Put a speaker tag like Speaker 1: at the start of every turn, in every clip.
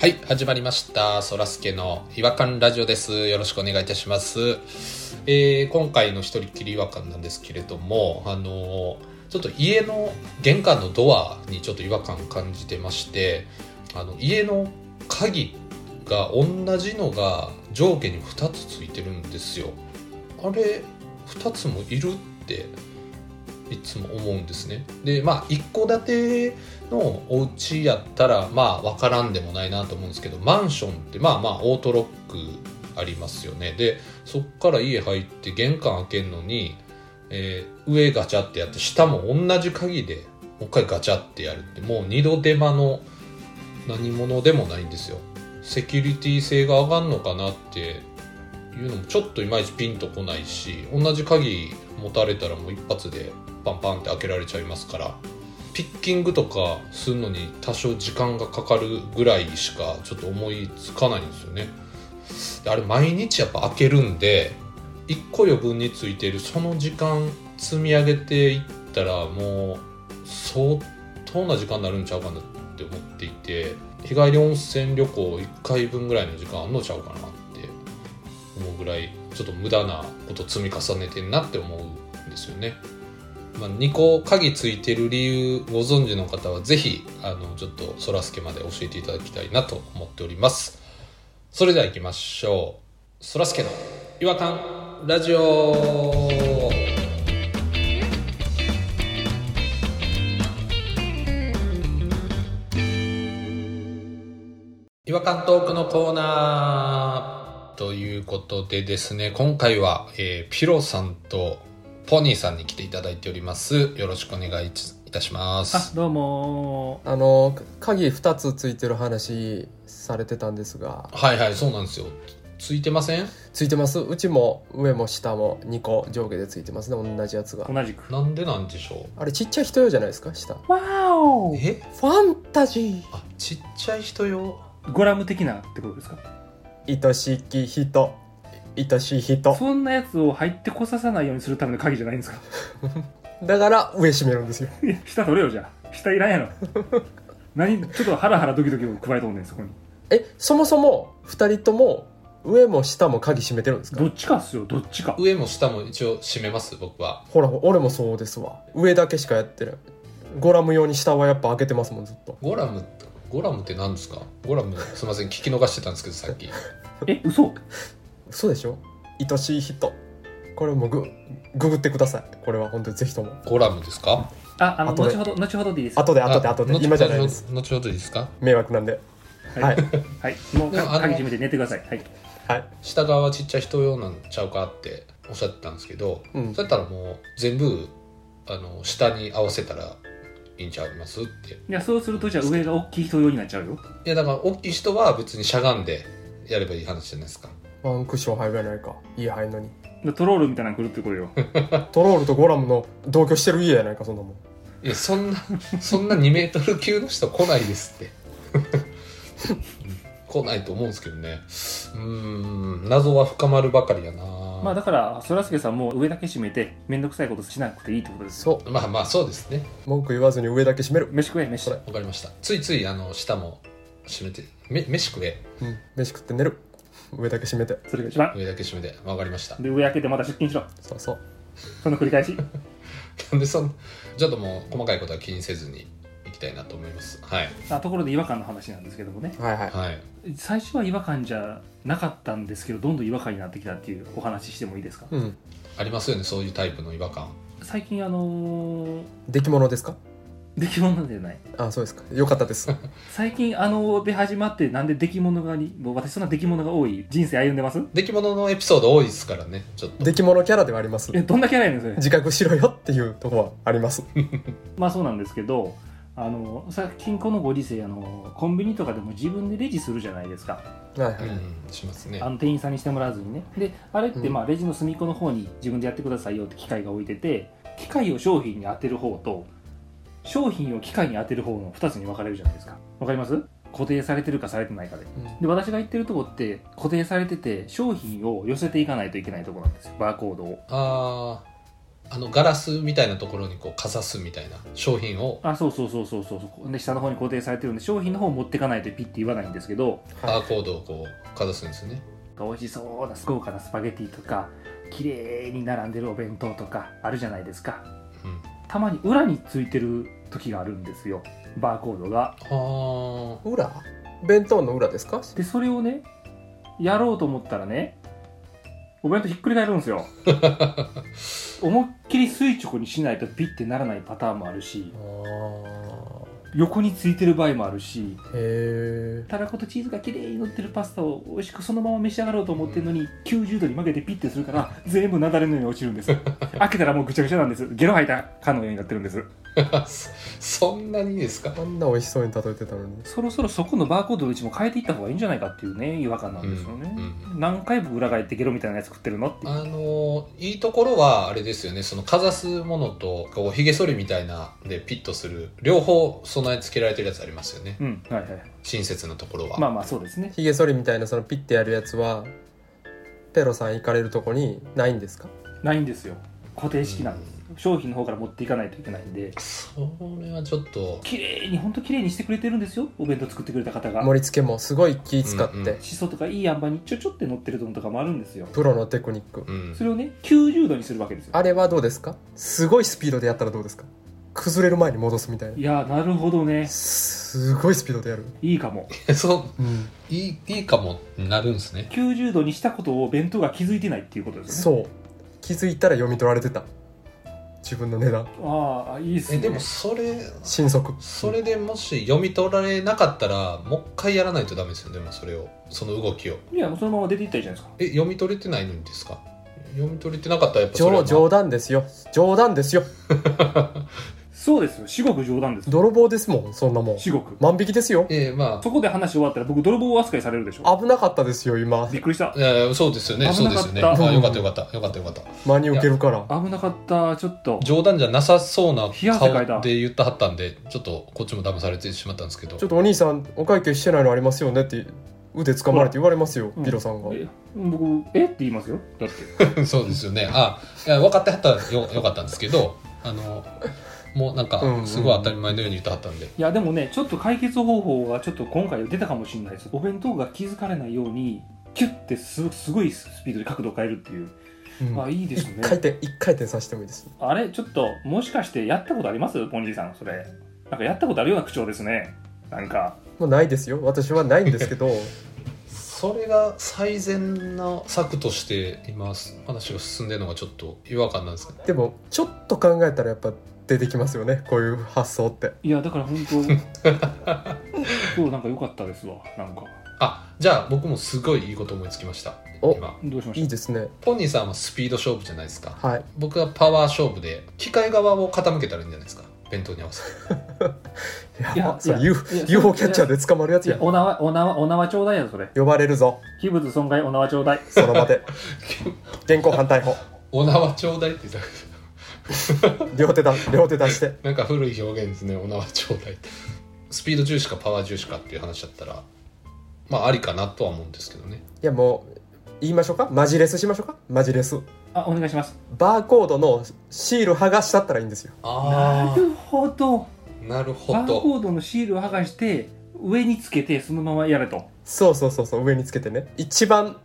Speaker 1: はい、始まりました。そらすけの違和感ラジオです。よろしくお願いいたします。えー今回の一人っきり違和感なんですけれども、あのーちょっと家の玄関のドアにちょっと違和感感じてまして、あの、家の鍵が同じのが上下に2つついてるんですよ。あれ、2つもいるっていつも思うんですね。で、まあ、一戸建てのお家やったらまあ分からんでもないなと思うんですけどマンションってまあまあオートロックありますよねでそっから家入って玄関開けるのに、えー上ガチャってやって下も同じ鍵でもう一回ガチャってやるってもう二度手間の何者でもないんですよセキュリティ性が上がんのかなっていうのもちょっといまいちピンとこないし同じ鍵持たれたらもう一発でパンパンって開けられちゃいますからピッキングとかするのに多少時間がかかるぐらいしかちょっと思いつかないんですよねであれ毎日やっぱ開けるんで1個余分についてるその時間積み上げていったらもう相当な時間になるんちゃうかなって思っていて日帰り温泉旅行1回分ぐらいの時間あんのちゃうかなって思うぐらいちょっと無駄なこと積み重ねてんなって思うんですよね。まあ、2個鍵ついてる理由ご存知の方はぜひあのちょっとそらすけまで教えていただきたいなと思っておりますそれでは行きましょうそらすけの違和感ラジオ違和感トークのコーナーということでですね今回は、えーピロさんとポニーさんに来ていただいておりますよろしくお願いいたしま
Speaker 2: あ
Speaker 1: す
Speaker 2: どうも
Speaker 3: あの鍵2つついてる話されてたんですが
Speaker 1: はいはいそうなんですよついてません
Speaker 3: ついてますうちも上も下も2個上下でついてますね同じやつが
Speaker 2: ー同じく
Speaker 1: なんでなんでしょ
Speaker 3: あれちっちゃい人用じゃないですか下フ
Speaker 2: わ
Speaker 1: う
Speaker 2: お
Speaker 1: え
Speaker 3: ァンタジ
Speaker 1: あちっちゃい人用
Speaker 2: ゴラム的なってことですか
Speaker 3: ー愛しき人愛しい人
Speaker 2: そんなやつを入ってこささないようにするための鍵じゃないんですか
Speaker 3: だから上閉めるんですよ
Speaker 2: いや下取れよじゃあ下いらんやろ何ちょっとハラハラドキドキを加えとんねんそこに
Speaker 3: えそもそも2人とも上も下も鍵閉めてるんですか
Speaker 2: どっちかっすよどっちか
Speaker 1: 上も下も一応閉めます僕は
Speaker 3: ほら俺もそうですわ上だけしかやってるゴラム用に下はやっぱ開けてますもんずっと
Speaker 1: ゴラムゴラムって何ですかゴラムすいません聞き逃してたんですけどさっき
Speaker 2: え嘘
Speaker 3: 嘘でしょ愛しい人これもうグググってくださいこれは本当にぜひとも
Speaker 1: ゴラムですか
Speaker 2: ああの
Speaker 3: 後
Speaker 2: 後
Speaker 3: で
Speaker 2: ほど後ほどでいいです
Speaker 3: 後で
Speaker 1: あ
Speaker 3: 後で後で
Speaker 1: 後
Speaker 3: 今じゃないです
Speaker 1: 後後ほどいいですか
Speaker 3: 迷惑なんで
Speaker 2: は
Speaker 3: はいい、
Speaker 2: はい、もう
Speaker 1: でもあの
Speaker 2: か鍵閉めて寝てくださいはい
Speaker 3: はい
Speaker 1: 下側はちっちゃい人用なんちゃうかっておっしゃってたんですけど、
Speaker 3: うん
Speaker 1: そうやったらもう全部あの下に合わせたらいいんちゃいますってい
Speaker 2: いやそうするとじゃあ上が大きい人用になっちゃうよ
Speaker 1: やだから大きい人は別にしゃがんでやればいい話じゃないですか
Speaker 3: ワンクッション入るやないか家入んのに
Speaker 2: トロールみたいなの来るってこれよ
Speaker 3: トロールとゴラムの同居してる家やないかそんなもん
Speaker 1: いやそんなそんな2メートル級の人来ないですって 来ないと思うんですけどねうーん謎は深まるばかりやな
Speaker 2: ま
Speaker 1: ま
Speaker 2: あだからそらすけさんも上だけ閉めて面倒くさいことしなくていいってことですよ
Speaker 3: そ
Speaker 1: あまあそうですね
Speaker 3: う文句言わずに上だけ閉める、
Speaker 2: 飯食え飯
Speaker 3: これ
Speaker 1: わかりましたついついあの舌も閉めてめ飯食え
Speaker 3: うん、飯食って寝る上だけ閉めて
Speaker 2: それが一番
Speaker 1: 上だけ閉めてわかりました
Speaker 2: で上開けてまた出勤しろ
Speaker 3: そうそう
Speaker 2: その繰り返 し
Speaker 1: なんでそんちょっともう細かいことは気にせずにいきたいなと思いますはい
Speaker 2: あところで違和感の話なんですけどもね
Speaker 3: はいはい
Speaker 1: はい
Speaker 2: 最初は違和感じゃなかったんですけどどんどん違和感になってきたっていうお話してもいいですか
Speaker 3: うん
Speaker 1: ありますよねそういうタイプの違和感
Speaker 2: 最近あのー、
Speaker 3: 出来物ですか
Speaker 2: 出来物じゃない
Speaker 3: あそうですかよかったです
Speaker 2: 最近あのーで始まってなんで出来物がにもう私そんな出来物が多い人生歩んでます
Speaker 1: 出来物のエピソード多いですからねちょっと
Speaker 3: 出来物キャラではあります
Speaker 2: えどんなキャラやねん それ
Speaker 3: 自覚しろよっていうとこはあります
Speaker 2: まあそうなんですけどあのー最近このご時世あのーコンビニとかでも自分でレジするじゃないですか
Speaker 3: はいは
Speaker 1: う
Speaker 3: い、
Speaker 1: んしますね
Speaker 2: あの店員さんにしてもらわずにねであれって
Speaker 3: うん
Speaker 2: まあレジの隅っこの方に自分でやってくださいよって機械が置いてて機械を商品に当てる方と商品を機械に当てる方の2つに分かれるじゃないですか分かります固定されてるかされてないかでで私が言ってるとこって固定されてて商品を寄せていかないといけないとこなんですよバーコードを
Speaker 1: あーあのガラスみたいなところにこうかざすみたいな商品を
Speaker 2: あそうそうそうそうそうそうで下の方に固定されてるんで商品の方を持ってかないとピッて言わないんですけど
Speaker 1: バーコードをこうかざすんですよね
Speaker 2: 美味しそうな豪華なスパゲティとか綺麗に並んでるお弁当とかあるじゃないですか
Speaker 1: うん
Speaker 2: たまに裏についてる時があるんですよバーコードが
Speaker 1: あ
Speaker 3: 裏弁当の裏ですか
Speaker 2: でそれをねやろうと思ったらねお弁当ひっくり返るんですよ思いっきり垂直にしないとピッてならないパターンもあるし
Speaker 3: あー
Speaker 2: 横についてる場合もあるし
Speaker 3: へえ
Speaker 2: たらことチーズが綺麗に乗ってるパスタを美味しくそのまま召し上がろうと思ってるのに、90度に曲げてピッてするから全部雪崩のように落ちるんです開けたらもうぐちゃぐちゃなんですゲロ吐いたかのようになってるんです
Speaker 1: あそ そんなにですか
Speaker 3: あんな美味しそうに例えてたのに
Speaker 2: そろそろそこのバーコードの位置も変えていった方がいいんじゃないかっていうね違和感なんですよね、
Speaker 1: うん
Speaker 2: 何回も裏返ってゲロみたいなやつ食ってるのって
Speaker 1: あのーいいところはあれですよねそのかざすものとこうひげ剃りみたいなでピッとする両方備え付けられてるやつありますよね
Speaker 2: うんはいはい
Speaker 1: 親切なところは、
Speaker 2: まあまあそうですね
Speaker 3: ひげ剃りみたいなそのピッてやるやつはペロさん行かれるとこにないんですか
Speaker 2: ないんですよ固定式なんです、商品の方から持っていかないといけないんで
Speaker 1: それはちょっと
Speaker 2: 綺麗に本当綺麗にしてくれてるんですよお弁当作ってくれた方が
Speaker 3: 盛り付けもすごい気使って、
Speaker 1: うんうん
Speaker 2: シソとかいい塩梅にちょちょって乗ってるのとかもあるんですよ
Speaker 3: プロのテクニック
Speaker 1: うん
Speaker 2: それをね90度にするわけですよ
Speaker 3: あれはどうですかすごいスピードでやったらどうですか崩れる前に戻すみたいない
Speaker 2: やーなるほどね
Speaker 3: すごいスピードでやる、
Speaker 2: いいかも
Speaker 1: そう
Speaker 3: うん、
Speaker 1: いいいいかもなるんですね
Speaker 2: 90度にしたことを弁当が気づいてないっていうことですね
Speaker 3: そう気づいたら読み取られてた自分の値段
Speaker 2: ああいいっす
Speaker 1: え
Speaker 2: ね
Speaker 1: でもそれ
Speaker 3: 新速
Speaker 1: それでもし読み取られなかったらもう一回やらないとダメですよでもそれをその動きを
Speaker 2: いやもうそのまま出ていったらいいじゃないですか
Speaker 1: え読み取れてないのにですか読み取れてなかったらやっぱそれは
Speaker 3: 冗冗談ですよ冗談ですよ
Speaker 2: そうですよ至極冗談ですよ
Speaker 3: 泥棒ですもんそんなもん
Speaker 2: 至極
Speaker 3: 万引きですよ
Speaker 1: ええま
Speaker 2: そこで話終わったら僕泥棒扱いされるでしょ
Speaker 3: 危なかったですよ今
Speaker 2: びっくりした
Speaker 1: あいやいやそうですよね
Speaker 2: 危
Speaker 1: そう
Speaker 2: な
Speaker 1: で
Speaker 2: かった
Speaker 1: すよねあよかったよかったよかったよかった
Speaker 3: 真に受けるから
Speaker 2: 危なかったちょっと
Speaker 1: 冗談じゃなさそうな
Speaker 2: 冷や汗かいた
Speaker 1: 顔で言ったはったんでちょっとこっちも騙されてしまったんですけど
Speaker 3: ちょっとお兄さんお会計してないのありますよねって腕掴まれて言われますよ
Speaker 2: うん
Speaker 3: ピロさんが
Speaker 2: え僕えって言いますよだっ て
Speaker 1: そうですよねあいや分かってはったらよよかったんですけどあのもうなんか
Speaker 3: うんうん
Speaker 1: すごい当たり前のように言ったはったんで、
Speaker 2: いやでもねちょっと解決方法がちょっと今回出たかもしれないですお弁当が気づかれないようにキュッてすすごいスピードで角度を変えるっていう、
Speaker 3: うん
Speaker 2: あいいです
Speaker 3: 一
Speaker 2: ね
Speaker 3: 回転一回転させてもいいです
Speaker 2: あれちょっともしかしてやったことありますポニーさんそれなんかやったことあるような口調ですねなん か
Speaker 3: もうないですよ私はないんですけ ど
Speaker 1: それが最善の策として今話が進んでるのがちょっと違和感なんですけど
Speaker 3: でもちょっと考えたらやっぱ出てきますよねこういう発想って
Speaker 2: いやだから本当今日なんか良かったですわなんか
Speaker 1: あじゃあ僕もすごいいいこと思いつきました
Speaker 3: お
Speaker 1: 今
Speaker 2: どうしま
Speaker 3: いい
Speaker 2: し
Speaker 3: ですね
Speaker 1: ポニーさんはスピード勝負じゃないですか
Speaker 3: はい
Speaker 1: 僕はパワー勝負で機械側を傾けたらいいんじゃないですか弁当に合わせて
Speaker 3: や
Speaker 2: いや
Speaker 3: ばそれ
Speaker 2: いや
Speaker 3: UFO
Speaker 2: いや
Speaker 3: UFO キャッチャーで捕まるやつ
Speaker 2: たいや
Speaker 3: や
Speaker 2: お縄お縄お縄ちょうだいやそれ
Speaker 3: 呼ばれるぞ
Speaker 2: 器物損害お縄ちょうだい
Speaker 3: その 場で現行犯逮捕
Speaker 1: お縄ちょうだいって言った
Speaker 3: 両手だ両手出して
Speaker 1: なんか古い表現ですねお縄ちょうだいってスピード重視かパワー重視かっていう話だったらまあありかなとは思うんですけどね
Speaker 3: いやもう言いましょうかマジレスしましょうかマジレス
Speaker 2: あお願いします
Speaker 3: バーコードのシール剥がしたったらいいんですよ
Speaker 2: な
Speaker 1: あ
Speaker 2: るほど
Speaker 1: あなるほ
Speaker 2: バー
Speaker 1: ど
Speaker 2: コードのシールを剥がして上につけてそのままやれと
Speaker 3: そうそうそうそう上につけてね一番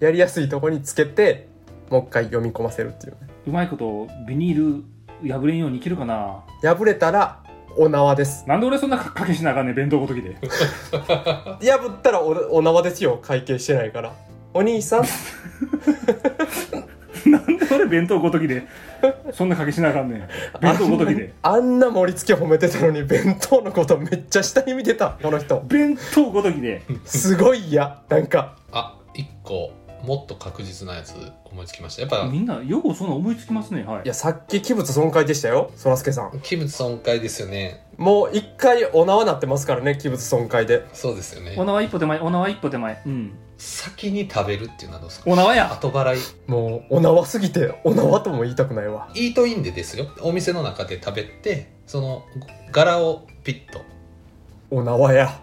Speaker 3: やりやすいとこにつけてもう一回読み込ませるっていうね
Speaker 2: うまいことビニール破れんようにいけるかな
Speaker 3: 破れたらお縄です
Speaker 2: なんで俺そんなかけしなあかんねん弁当ごときで
Speaker 3: 破ったらおお縄ですよ会計してないからお兄さん
Speaker 2: なんで俺弁当ごときでそんなかけしなあかんねん 弁当ごときで
Speaker 3: あんな盛り付け褒めてたのに弁当のことめっちゃ下に見てたこの人
Speaker 2: 弁当ごときです
Speaker 3: ごい嫌なんか
Speaker 1: あ一個もっと確実なやつ思いつきましたやっぱ
Speaker 2: みんなようそんな思いつきますねはい
Speaker 3: いやさっき器物損壊でしたよそらすけさん
Speaker 1: 器物損壊ですよね
Speaker 3: もう一回お縄なってますからね器物損壊で
Speaker 1: そうですよね
Speaker 2: お縄一歩手前お縄一歩手前うん
Speaker 1: 先に食べるっていうのはどうですか
Speaker 2: お縄や
Speaker 1: 後払い
Speaker 3: もうお縄すぎてお縄とも言いたくないわ
Speaker 1: イートインでですよお店の中で食べてその柄をピッと
Speaker 3: お縄や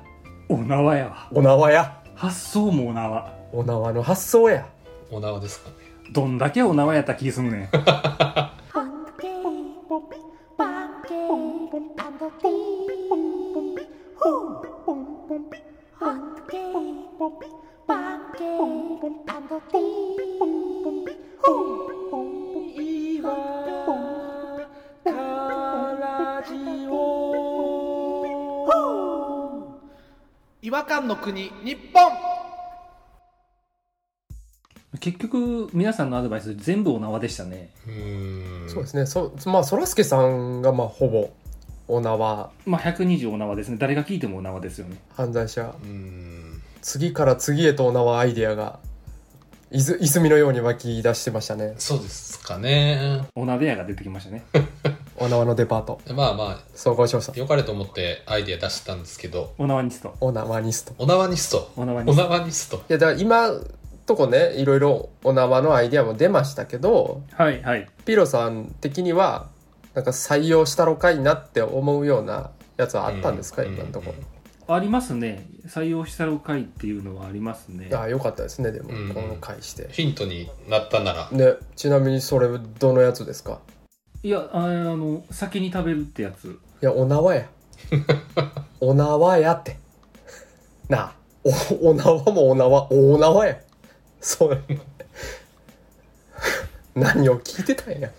Speaker 2: お縄やわ
Speaker 3: お縄や
Speaker 2: 発想もお縄
Speaker 3: お縄の発想や
Speaker 1: お縄ですかね
Speaker 2: どんだけお縄やった気すんねん
Speaker 4: 本
Speaker 1: 違和感の国日本
Speaker 2: 結局皆さんのアドバイス全部お縄でしたね
Speaker 1: うーん
Speaker 3: そうですねそまあそらすけさんがまあほぼお縄
Speaker 2: まあ120お縄ですね誰が聞いてもお縄ですよね
Speaker 3: 犯罪者
Speaker 1: うーん
Speaker 3: 次から次へとお縄アイデアがいず泉のように湧き出してましたね
Speaker 1: そうですかね
Speaker 2: お鍋屋が出てきましたね
Speaker 3: お縄のデパート
Speaker 1: まあま
Speaker 3: 総合調査
Speaker 1: あ良かれと思ってアイデア出したんですけど
Speaker 2: お縄ニスト
Speaker 3: お縄ニスト
Speaker 1: お縄ニスト
Speaker 2: お縄ニ
Speaker 1: お
Speaker 2: スト
Speaker 1: 縄ニスト
Speaker 3: いやだから今とこねいろいろお縄のアイデアも出ましたけど
Speaker 2: はいはい
Speaker 3: ピロさん的にはなんか採用したろかいなって思うようなやつはあったんですか、
Speaker 1: うん
Speaker 3: 今のところ、
Speaker 2: ありますね採用したろ会っていうのはありますね
Speaker 3: ああよかったですねでも、
Speaker 1: うん
Speaker 3: この回して
Speaker 1: ヒントになったなら
Speaker 3: ねちなみにそれどのやつですか
Speaker 2: いやああの先に食べるってやつ
Speaker 3: いやお 縄やお縄やってなあおお縄もお縄お縄やそれ何を聞いてたんや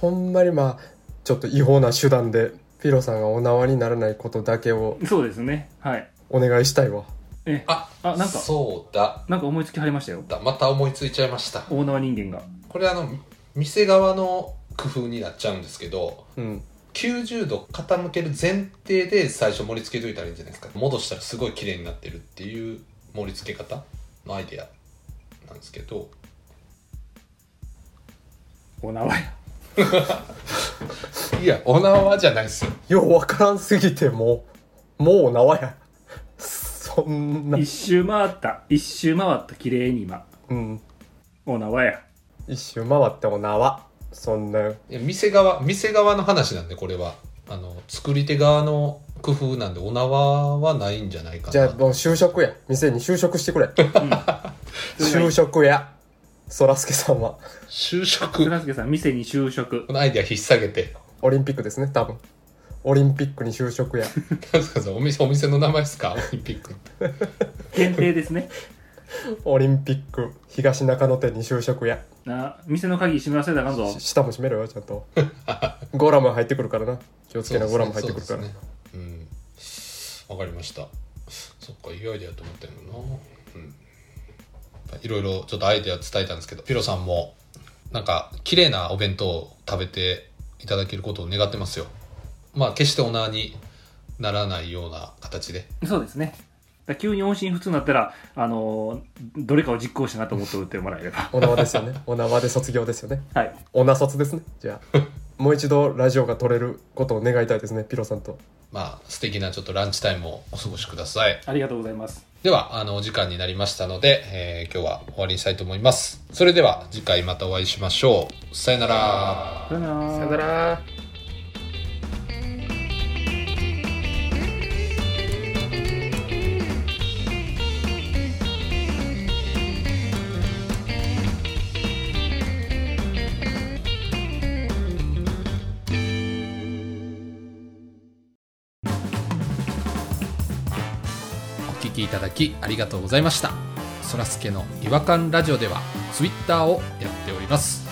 Speaker 3: ほんまにまあちょっと違法な手段でピロさんがお縄にならないことだけを
Speaker 2: そうですねはい
Speaker 3: お願いしたいわ
Speaker 2: え
Speaker 1: あ
Speaker 2: あなんか
Speaker 1: そうだ
Speaker 2: なんか思いつきはりましたよ
Speaker 1: だまた思いついちゃいました
Speaker 2: 大縄人間が
Speaker 1: これあの店側の工夫になっちゃうんですけど
Speaker 3: うん
Speaker 1: 90度傾ける前提で最初盛り付けといたらいいんじゃないですか戻したらすごい綺麗になってるっていう盛り付け方のアイデアなんですけど
Speaker 2: お縄屋
Speaker 1: いやお縄じゃないですよ
Speaker 3: ようわからんすぎてもうもうお縄やそんな
Speaker 2: 一周回った一周回った綺麗に今
Speaker 3: うん
Speaker 2: お縄屋
Speaker 3: 一周回ってお縄そんない
Speaker 1: や店側店側の話なんでこれはあの作り手側の工夫なんでお縄はないんじゃないか
Speaker 3: じゃ
Speaker 1: な
Speaker 3: あもう就職や店に就職してくれ 就職やそらすけさんは
Speaker 1: 就職
Speaker 2: 倉助さん店に就職
Speaker 1: このアイデア引っ提げて
Speaker 3: オリンピックですね多分オリンピックに就職や
Speaker 1: 何ですかそれお店お店の名前ですかオリンピックって
Speaker 2: 限定ですね
Speaker 3: オリンピック東中野店に就職や
Speaker 2: な店の鍵閉め忘れたらあかんぞ
Speaker 3: し下も閉めろよちゃん とゴラム入ってくるからな気をつけなゴラム入ってくるか
Speaker 1: そ
Speaker 3: ら、
Speaker 1: うですねうんわかりましたそっかいいアイデアと思ってるのなうんいろいろちょっとアイデア伝えたんですけどピロさんもなんか綺麗なお弁当を食べていただけることを願ってますよまあ決してオナーにならないような形で
Speaker 2: そうですねだから急に音信不通になったら、あのーどれかを実行したなと思っておいてもらえれば
Speaker 3: お縄ですよねお縄で卒業ですよね
Speaker 2: はい
Speaker 3: おな卒ですねじゃあもう一度ラジオが撮れることを願いたいですねピロさんと
Speaker 1: まあ素敵なちょっとランチタイムをお過ごしください
Speaker 2: ありがとうございます
Speaker 1: ではあのお時間になりましたので、えー今日は終わりにしたいと思いますそれでは次回またお会いしましょうさよなら
Speaker 2: さよなら
Speaker 3: ら
Speaker 1: お聞きいただきありがとうございましたそらすけの違和感ラジオではツイッターをやっております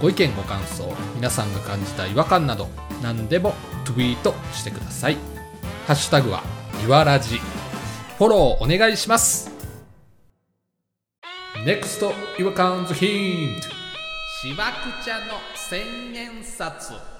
Speaker 1: ご意見ご感想皆さんが感じた違和感など何でもツイートしてくださいハッシュタグはいわらじフォローお願いします NEXT 違和感ズヒントしばくちゃの千円札